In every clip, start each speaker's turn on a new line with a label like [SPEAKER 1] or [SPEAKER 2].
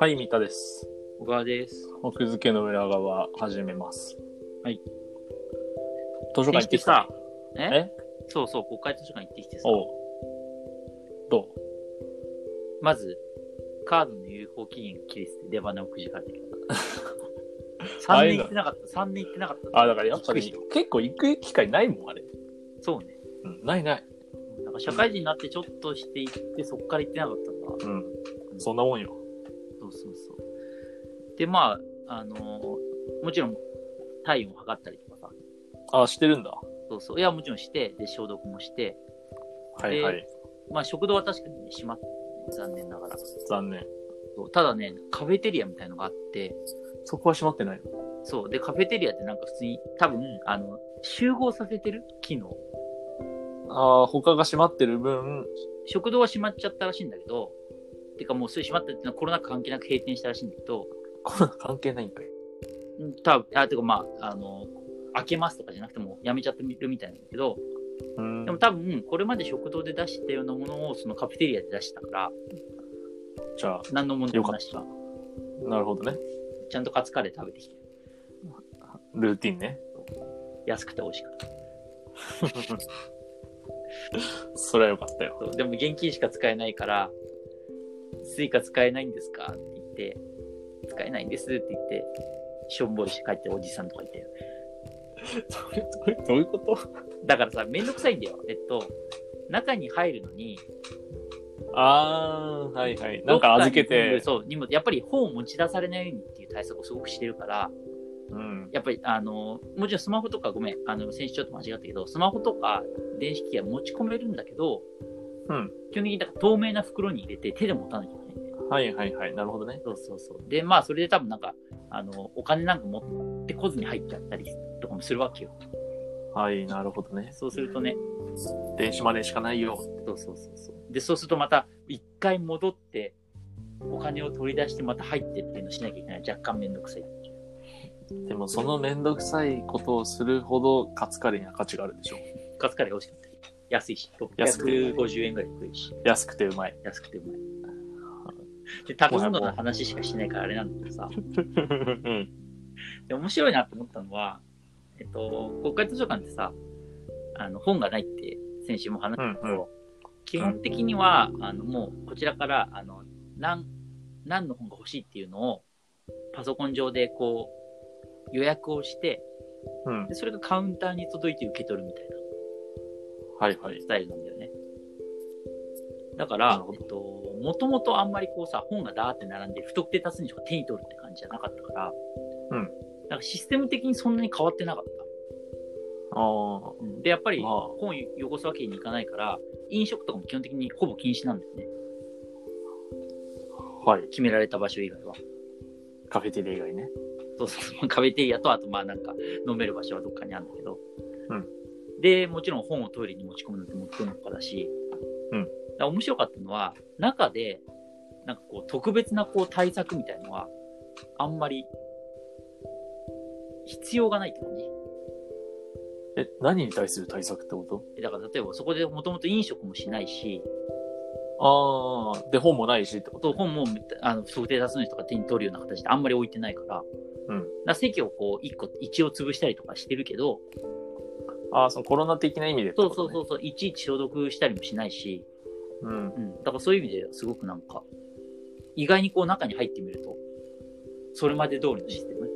[SPEAKER 1] はい、三田です。
[SPEAKER 2] 小川です。
[SPEAKER 1] 奥付けの裏側始めます。
[SPEAKER 2] はい。
[SPEAKER 1] 図書館行ってきた。
[SPEAKER 2] え
[SPEAKER 1] え
[SPEAKER 2] そうそう、国会図書館行ってきてさ、
[SPEAKER 1] おう。ど
[SPEAKER 2] まず、カードの有効期限が切れてて出花をくじかれ てきた。
[SPEAKER 1] あ
[SPEAKER 2] 3
[SPEAKER 1] あいう
[SPEAKER 2] 年
[SPEAKER 1] の
[SPEAKER 2] 行ってなかった、3年行ってなかった。
[SPEAKER 1] うあ、だからやっぱ
[SPEAKER 2] び
[SPEAKER 1] り
[SPEAKER 2] くりし
[SPEAKER 1] 結構行く機会ないもん、あれ。
[SPEAKER 2] たそうね。
[SPEAKER 1] うん、ないない。
[SPEAKER 2] なんか社会人になってちょっとして行って、そっから行ってなかったんだ。
[SPEAKER 1] うん。そんなもんよ。
[SPEAKER 2] そうそうそう。で、まあ、あのーもちろん、体温を測ったりとかさ。
[SPEAKER 1] あ、してるんだ。
[SPEAKER 2] そうそう。いや、もちろんして、で、消毒もして、
[SPEAKER 1] はいはい。
[SPEAKER 2] まあ、食堂は確かに閉まって、残念ながら。
[SPEAKER 1] 残念。
[SPEAKER 2] そうただね、カフェテリアみたいのがあって、
[SPEAKER 1] そこは閉まってないの。
[SPEAKER 2] そう。で、カフェテリアってなんか普通に、多分、あの、集合させてる機能。
[SPEAKER 1] ああ、他が閉まってる分、
[SPEAKER 2] 食堂は閉まっちゃったらしいんだけど、てかもうそれ閉まったっていうのはコロナ禍関係なく閉店したらしいんだけど、
[SPEAKER 1] コロナ関係ないんかい。
[SPEAKER 2] うん多分あ、てかまあ、あの、開けますとかじゃなくてもうやめちゃってるみたいなんだけど、
[SPEAKER 1] うん
[SPEAKER 2] でも多分、これまで食堂で出してたようなものをそのカフェテリアで出したから、
[SPEAKER 1] じゃあ、
[SPEAKER 2] 何の問題もなしか、
[SPEAKER 1] なるほどね。
[SPEAKER 2] ちゃんとカツカレー食べてきて、
[SPEAKER 1] ルーティン ね。
[SPEAKER 2] 安くて美味しかった。
[SPEAKER 1] それはよかったよ。
[SPEAKER 2] そうでも現金しか使えないから、スイカ使えないんですかって言って、使えないんですって言って、しょんぼりして帰ってるおじさんとかいて。
[SPEAKER 1] それそれどういうこと
[SPEAKER 2] だからさ、めんどくさいんだよ。えっと、中に入るのに、
[SPEAKER 1] ああー、はいはい。なんか預け
[SPEAKER 2] どってか、にそう、荷物、やっぱり本を持ち出されないようにっていう対策をすごくしてるから、
[SPEAKER 1] うん。
[SPEAKER 2] やっぱり、あの、もちろんスマホとか、ごめん、あの、先週ちょっと間違ったけど、スマホとか電子機器は持ち込めるんだけど、
[SPEAKER 1] うん。
[SPEAKER 2] 基本的にだから透明な袋に入れて手で持たなきゃいけないんだよ。
[SPEAKER 1] はいはいはい。なるほどね。
[SPEAKER 2] そうそうそう。で、まあ、それで多分なんか、あの、お金なんか持ってこずに入っちゃったりとかもするわけよ。
[SPEAKER 1] はい、なるほどね。
[SPEAKER 2] そうするとね、
[SPEAKER 1] 電子マネーしかないよ。
[SPEAKER 2] そうそうそうそう。で、そうするとまた、一回戻って、お金を取り出してまた入ってっていうのをしなきゃいけない。若干めんどくさい。
[SPEAKER 1] でも、そのめんどくさいことをするほど、カツカレーには価値があるでしょ。
[SPEAKER 2] カツカレーが美味しかった。安いし、
[SPEAKER 1] 安くて
[SPEAKER 2] 650円ぐらいで食えるし、
[SPEAKER 1] 安くてうまい。
[SPEAKER 2] 安くてうまい。で、食べ物の話しかしないからあれなんだけどさ。
[SPEAKER 1] うん。
[SPEAKER 2] で、面白いなと思ったのは、えっと、国会図書館ってさ、あの、本がないって先週も話
[SPEAKER 1] うんうん。
[SPEAKER 2] 基本的には、あのもうこちらからあの何何の本が欲しいっていうのをパソコン上でこう予約をして
[SPEAKER 1] うん。
[SPEAKER 2] でそれがカウンターに届いて受け取るみたいな
[SPEAKER 1] はいはい。
[SPEAKER 2] スタイルなんだよねだか
[SPEAKER 1] な
[SPEAKER 2] ら
[SPEAKER 1] るほど
[SPEAKER 2] えっともともとあんまりこうさ本がダーって並んで不特定多数の人が手に取るって感じじゃなかったから、
[SPEAKER 1] うん、
[SPEAKER 2] なんかシステム的にそんなに変わってなかっ
[SPEAKER 1] ああ。
[SPEAKER 2] た、でやっぱり
[SPEAKER 1] まあ
[SPEAKER 2] 本を汚すわけにいかないから飲食とかも基本的にほぼ禁止なんだよね
[SPEAKER 1] はい。
[SPEAKER 2] 決められた場所以外は
[SPEAKER 1] カフェテリア以外ね。
[SPEAKER 2] そうそうそう、カフェテリアと、あとまあなんか飲める場所はどっかにあるんだけど。
[SPEAKER 1] うん
[SPEAKER 2] で、もちろん本をトイレに持ち込むのって持ってるのかだし。
[SPEAKER 1] うん
[SPEAKER 2] だから面白かったのは、中で、なんかこう、特別なこう対策みたいのは、あんまり、必要がないって感じ。
[SPEAKER 1] え、何に対する対策ってこ
[SPEAKER 2] だから例えばそこでもともと飲食もしないし、
[SPEAKER 1] とああ。で、本もないしってこ
[SPEAKER 2] そう
[SPEAKER 1] と
[SPEAKER 2] 本もあの不特定多数の人が手に取るような形であんまり置いてないから、
[SPEAKER 1] うん
[SPEAKER 2] だから席をこう、一個、一を潰したりとかしてるけど、
[SPEAKER 1] ああ、そのコロナ的な意味でって
[SPEAKER 2] そ
[SPEAKER 1] こ
[SPEAKER 2] うそ
[SPEAKER 1] と、
[SPEAKER 2] う
[SPEAKER 1] ね。
[SPEAKER 2] そうそう、いちいち消毒したりもしないし、
[SPEAKER 1] そう。うん。
[SPEAKER 2] うん、だからそういう意味ですごくなんか、意外にこう中に入ってみると、それまで通りのシステム。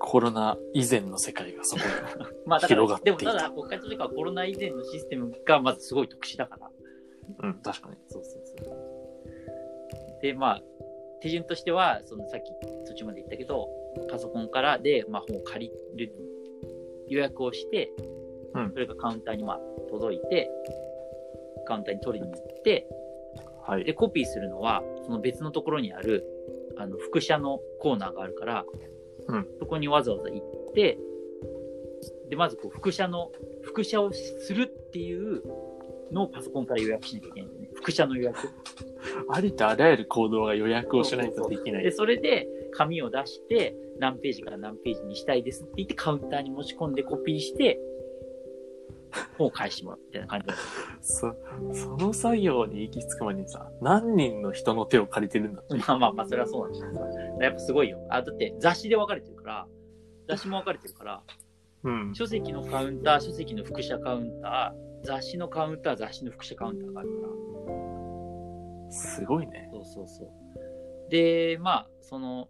[SPEAKER 1] コロナ以前の世界がそこに。
[SPEAKER 2] まあだから
[SPEAKER 1] 広がって
[SPEAKER 2] で
[SPEAKER 1] い
[SPEAKER 2] も
[SPEAKER 1] た
[SPEAKER 2] ただ国会図書館はコロナ以前のシステムがまずすごい特殊だから。
[SPEAKER 1] うん、確かに。
[SPEAKER 2] そうそうそう。で、まあ、手順としては、そのさっき途中まで言ったけど、パソコンからで、まあ、本を借りる、予約をして、
[SPEAKER 1] うん
[SPEAKER 2] それがカウンターにまあ届いて、カウンターに取りに行って、
[SPEAKER 1] は
[SPEAKER 2] で、
[SPEAKER 1] い。
[SPEAKER 2] コピーするのは、その別のところにある、あの、副社のコーナーがあるから、
[SPEAKER 1] うん
[SPEAKER 2] そこにわざわざ行って、で、まずこう、副社の、副社をするっていうのをパソコンから予約しなきゃいけないんだよね。副社の予約。
[SPEAKER 1] ありとあらゆる行動が予約をしないとできな
[SPEAKER 2] で、
[SPEAKER 1] い。
[SPEAKER 2] それで、紙を出して、何ページから何ページにしたいですって言って、カウンターに持ち込んでコピーして、本を返してもらうみたいな感じなんです
[SPEAKER 1] そ、その作業に行き着く前にさ、何人の人の手を借りてるんだって。
[SPEAKER 2] まあまあまあ、それはそうなんですけどやっぱすごいよ。あ、だって雑誌で分かれてるから、雑誌も分かれてるから、
[SPEAKER 1] うん。
[SPEAKER 2] 書籍のカウンター、書籍の副写カウンター、雑誌のカウンター、雑誌の副写カウンターがあるから。
[SPEAKER 1] すごいね。
[SPEAKER 2] そうそうそう。で、まあ、その、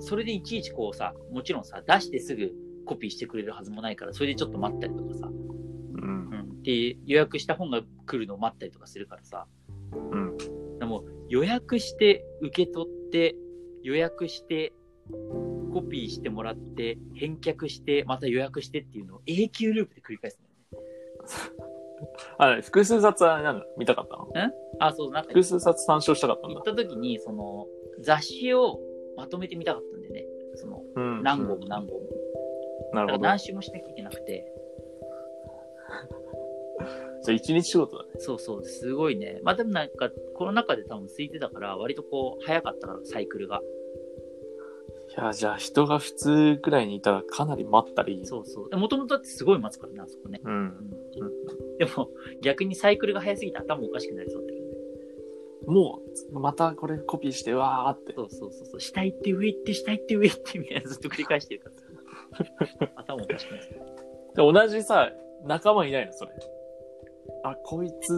[SPEAKER 2] それでいちいちこうさ、もちろんさ、出してすぐコピーしてくれるはずもないから、それでちょっと待ったりとかさ、
[SPEAKER 1] うん
[SPEAKER 2] う。ん、で、予約した本が来るのを待ったりとかするからさ、
[SPEAKER 1] うん。
[SPEAKER 2] でも予約して、受け取って、予約して、コピーしてもらって、返却して、また予約してっていうのを永久ループで繰り返すのよね。
[SPEAKER 1] あれ、複数冊はあれなんだ見たかったの
[SPEAKER 2] あ、そう、なんか
[SPEAKER 1] 複数冊参照したかったん
[SPEAKER 2] 行
[SPEAKER 1] だ
[SPEAKER 2] っ。た時に、その、雑誌をまとめてみたかったんだよね。その、
[SPEAKER 1] うん。
[SPEAKER 2] 何号も何号も。
[SPEAKER 1] なる
[SPEAKER 2] だから
[SPEAKER 1] ほど。
[SPEAKER 2] 何周もしなきゃいけなくて、
[SPEAKER 1] じゃあ一日仕事だね。
[SPEAKER 2] そうそう、すごいね。まあでもなんか、コロナ禍で多分空いてたから、割とこう、早かったから、サイクルが。
[SPEAKER 1] いや、じゃあ人が普通くらいにいたらかなり待ったり。
[SPEAKER 2] そうそう。もともとだってすごい待つからな、あそこね。
[SPEAKER 1] う。
[SPEAKER 2] うんんでも、逆にサイクルが早すぎて頭おかしくなりそうだけどね。
[SPEAKER 1] もう、またこれコピーして、わーって。
[SPEAKER 2] そうそうそうそう。下行って上行って、下行って上行って、みたいなずっと繰り返してるから。頭おかしくなりそう。
[SPEAKER 1] で同じさ、仲間いないのそれ。あ、こいつ、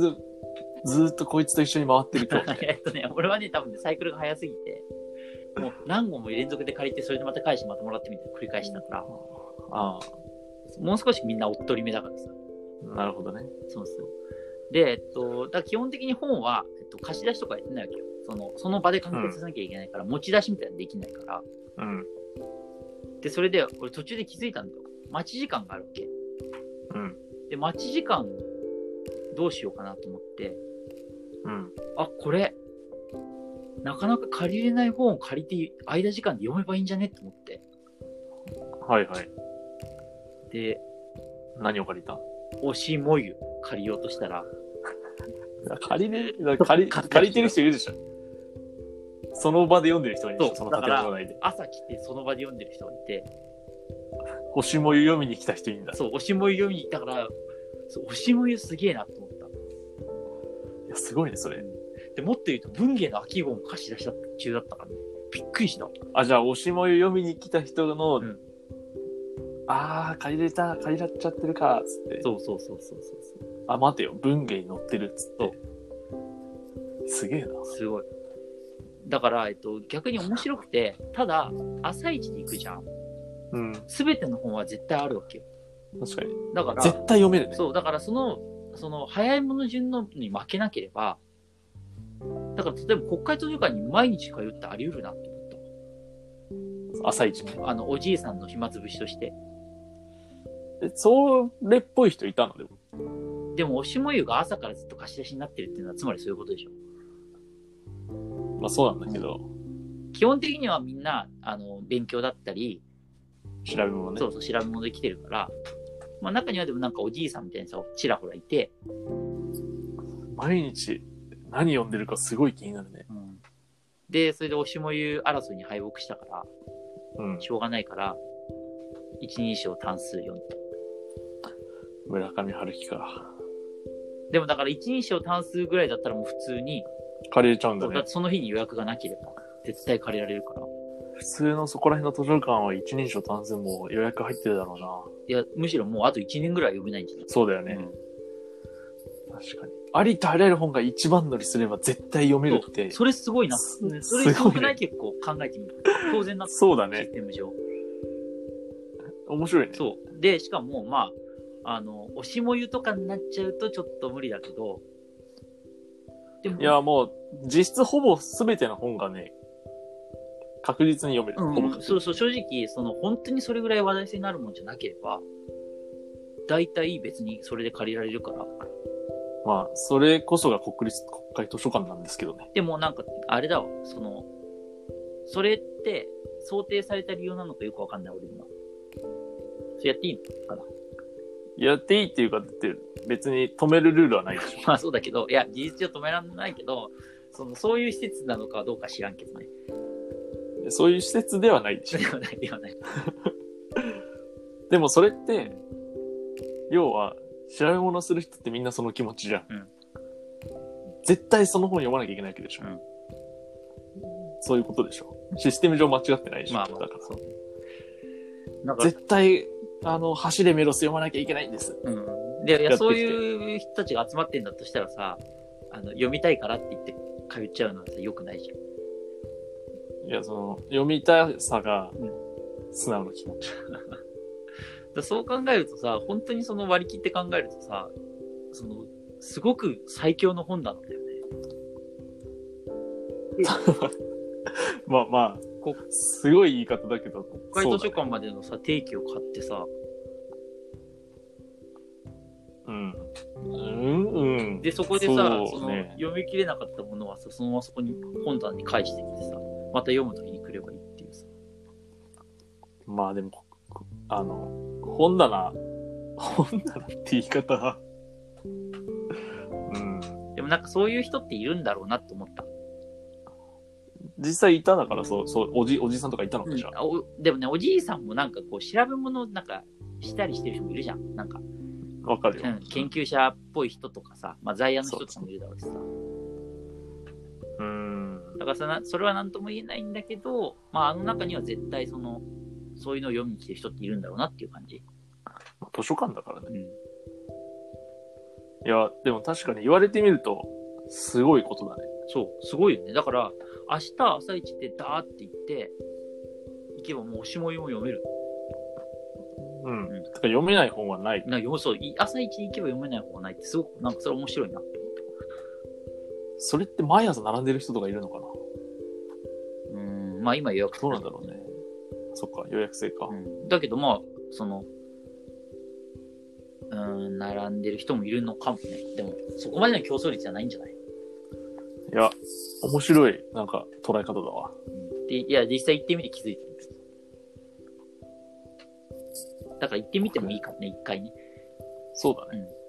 [SPEAKER 1] ずーっとこいつと一緒に回って る今日みたい
[SPEAKER 2] えっとね、俺はね、多分ね、サイクルが早すぎて、もう何本も連続で借りて、それでまた返してまたもらってみたいな繰り返してたから、
[SPEAKER 1] な。あ
[SPEAKER 2] もう少しみんなおっとりめだからさ。
[SPEAKER 1] あ、なるほどね。
[SPEAKER 2] そうそう。で、えっと、だから基本的に本は、えっと、貸し出しとかやってないわけよ。そのその場で完結さなきゃいけないから、持ち出しみたいなのできないから。
[SPEAKER 1] うん。
[SPEAKER 2] で、それで、俺途中で気づいたんだよ。待ち時間があるわけ。
[SPEAKER 1] うん。
[SPEAKER 2] で、待ち時間、どうしようかなと思って、
[SPEAKER 1] うん。
[SPEAKER 2] あ、これ、なかなか借りれない本を借りて、間時間で読めばいいんじゃねと思って。
[SPEAKER 1] はいはい。
[SPEAKER 2] で、
[SPEAKER 1] 何を借りた
[SPEAKER 2] 推しもゆ借りようとしたら、
[SPEAKER 1] 借りれ、 借り、借りてる人いるでしょ。その場で読んでる人がいるでしょ、
[SPEAKER 2] そ
[SPEAKER 1] そうの建物内で。
[SPEAKER 2] 朝来てその場で読んでる人がいて、
[SPEAKER 1] 星も読みに来た人いるんだ。
[SPEAKER 2] そう、推しもゆ読みに行ったから、そう推しもゆすげえなと思った。
[SPEAKER 1] いや、すごいね、それ。
[SPEAKER 2] で、もっと言うと、文芸の秋号も貸し出しだ中だったからね。びっくりした。
[SPEAKER 1] あ、じゃあ、推しも読みに来た人の、
[SPEAKER 2] ん
[SPEAKER 1] ああ、借りれた、借りらっちゃってるか、つって。
[SPEAKER 2] そうそうそうそうそうそ
[SPEAKER 1] あ、待てよ、文芸に載ってる、つって。すげえな。
[SPEAKER 2] う。すごい。だから、えっと、逆に面白くて、ただ、朝一に行くじゃん。
[SPEAKER 1] うん。
[SPEAKER 2] すべての本は絶対あるわけよ。
[SPEAKER 1] 確かに。
[SPEAKER 2] だから、
[SPEAKER 1] 絶対読めるね。
[SPEAKER 2] そう、だからその、その、早いもの順のに負けなければ、だから、例えば国会図書館に毎日通ってあり得るなって思った
[SPEAKER 1] 朝一ね。
[SPEAKER 2] わあの、おじいさんの暇つぶしとして。
[SPEAKER 1] えそれっぽい人いたのでも。
[SPEAKER 2] でも、おしもゆが朝からずっと貸し出しになってるっていうのは、つまりそういうことでしょ。
[SPEAKER 1] まあそうなんだけど、
[SPEAKER 2] 基本的にはみんな、あの、勉強だったり、
[SPEAKER 1] 調べ物ね。
[SPEAKER 2] そうそう、調べ物で来てるから、まあ中にはでもなんかおじいさんみたいなさ、ちらほらいて、
[SPEAKER 1] 毎日何読んでるかすごい気になるね。
[SPEAKER 2] で、それでおしもゆ争いに敗北したから、
[SPEAKER 1] うん。
[SPEAKER 2] しょうがないから、一人称単数読んだ。
[SPEAKER 1] 村上春樹か。
[SPEAKER 2] でもだから一人称単数ぐらいだったらもう普通に、
[SPEAKER 1] 借りれちゃうんだ
[SPEAKER 2] そうだ
[SPEAKER 1] ね
[SPEAKER 2] って。その日に予約がなければ、絶対借りられるから。
[SPEAKER 1] 普通のそこら辺の図書館は一人称単数も予約入ってるだろうな。
[SPEAKER 2] いや、むしろもうあと1年ぐらい読めないんじゃない
[SPEAKER 1] そうだよね。確かに。ありとあらゆる本が一番乗りすれば絶対読めるって。
[SPEAKER 2] それすごいな。
[SPEAKER 1] す
[SPEAKER 2] それ
[SPEAKER 1] すごいね
[SPEAKER 2] すごくない結構考えてみると。当然な、シ
[SPEAKER 1] そうだね
[SPEAKER 2] ス。テム上。
[SPEAKER 1] 面白いね。
[SPEAKER 2] そう。で、しかも、まあ、あの、おしもゆとかになっちゃうとちょっと無理だけど、でも、
[SPEAKER 1] いや、もう、実質ほぼ全ての本がね、確実に読める。ほぼ
[SPEAKER 2] うん、
[SPEAKER 1] 確
[SPEAKER 2] そうそう、正直、その、本当にそれぐらい話題性になるもんじゃなければ、大体別にそれで借りられるから。
[SPEAKER 1] まあ、それこそが国立国会図書館なんですけどね。
[SPEAKER 2] でもなんか、あれだわ、その、それって想定された理由なのかよくわかんない、俺には。それやっていいの かな
[SPEAKER 1] やっていいっていうか、だって別に止めるルールはないでしょ。
[SPEAKER 2] まあそうだけど、いや、事実上止められないけど、その、そういう施設なのかはどうか知らんけどね。
[SPEAKER 1] そういう施設 ではないでしょ
[SPEAKER 2] で。はない、ではない。
[SPEAKER 1] でもそれって、要は、調べ物する人ってみんなその気持ちじゃん。
[SPEAKER 2] うん
[SPEAKER 1] 絶対その本読まなきゃいけないわけでしょ。
[SPEAKER 2] うん
[SPEAKER 1] そういうことでしょ。システム上間違ってないでしょ。
[SPEAKER 2] まあまあ
[SPEAKER 1] だから
[SPEAKER 2] そうなんか、
[SPEAKER 1] 絶対、あの、橋でメロス読まなきゃいけないんです。
[SPEAKER 2] うん、でい
[SPEAKER 1] やって
[SPEAKER 2] や
[SPEAKER 1] きて
[SPEAKER 2] そういう人たちが集まってんだとしたらさあの読みたいからって言って通っちゃうのはさよくないじゃん
[SPEAKER 1] いや、その、読みたさが
[SPEAKER 2] うん、
[SPEAKER 1] 素直な気持ち。
[SPEAKER 2] だからそう考えるとさ本当にその割り切って考えるとさそのすごく最強の本なんだよね
[SPEAKER 1] まあまあ
[SPEAKER 2] こ、
[SPEAKER 1] すごい言い方だけど、
[SPEAKER 2] 国
[SPEAKER 1] そ
[SPEAKER 2] 会
[SPEAKER 1] う
[SPEAKER 2] 図書
[SPEAKER 1] だ
[SPEAKER 2] 館までのさ定期を買ってさ
[SPEAKER 1] うん。うん、うん。
[SPEAKER 2] でそこでさ
[SPEAKER 1] そ
[SPEAKER 2] そうの
[SPEAKER 1] ね
[SPEAKER 2] 読み切れなかったものはさそのままそこに本棚に返してきてさまた読む時に来ればいいっていうさ
[SPEAKER 1] まあでも、ここあの、本棚、本棚って言い方、うん。
[SPEAKER 2] でもなんかそういう人っているんだろうなと思った、
[SPEAKER 1] 実際いただから、そう、そう、おじ、おじさんとかいたのかじゃあ。
[SPEAKER 2] あおでもねおじいさんもなんかこう調べ物なんかしたりしてる人もいるじゃんなんか、
[SPEAKER 1] わかるよ
[SPEAKER 2] う。ん、研究者っぽい人とかさ、まあ、在野の人とかもいるだろうしさ
[SPEAKER 1] うん。
[SPEAKER 2] だからさなそれは何とも言えないんだけど、まあ、あの中には絶対そのそういうのを読みに来てる人っているんだろうなっていう感じ、
[SPEAKER 1] まあ図書館だからね。
[SPEAKER 2] うん、
[SPEAKER 1] いや、でも確かに言われてみると、すごいことだね。
[SPEAKER 2] そうすごいよねだから明日朝一でダーって行って行けばもうおしもいも読める
[SPEAKER 1] うん。
[SPEAKER 2] うん
[SPEAKER 1] てか読めない本はない。
[SPEAKER 2] なんかよそうい朝一に行けば読めない方がないってすごくなんかそれ面白いなって思った
[SPEAKER 1] それって毎朝並んでる人とかいるのかな
[SPEAKER 2] うんまあ今予約
[SPEAKER 1] どうなんだろうね。そっか、予約制か。
[SPEAKER 2] うんだけどまあそのうん並んでる人もいるのかもねでもそこまでの競争率じゃないんじゃない
[SPEAKER 1] いや、面白い、なんか、捉え方だわ。
[SPEAKER 2] でいや実際行ってみて気づいたんですだから行ってみてもいいかもね一回ね
[SPEAKER 1] そうだね。
[SPEAKER 2] う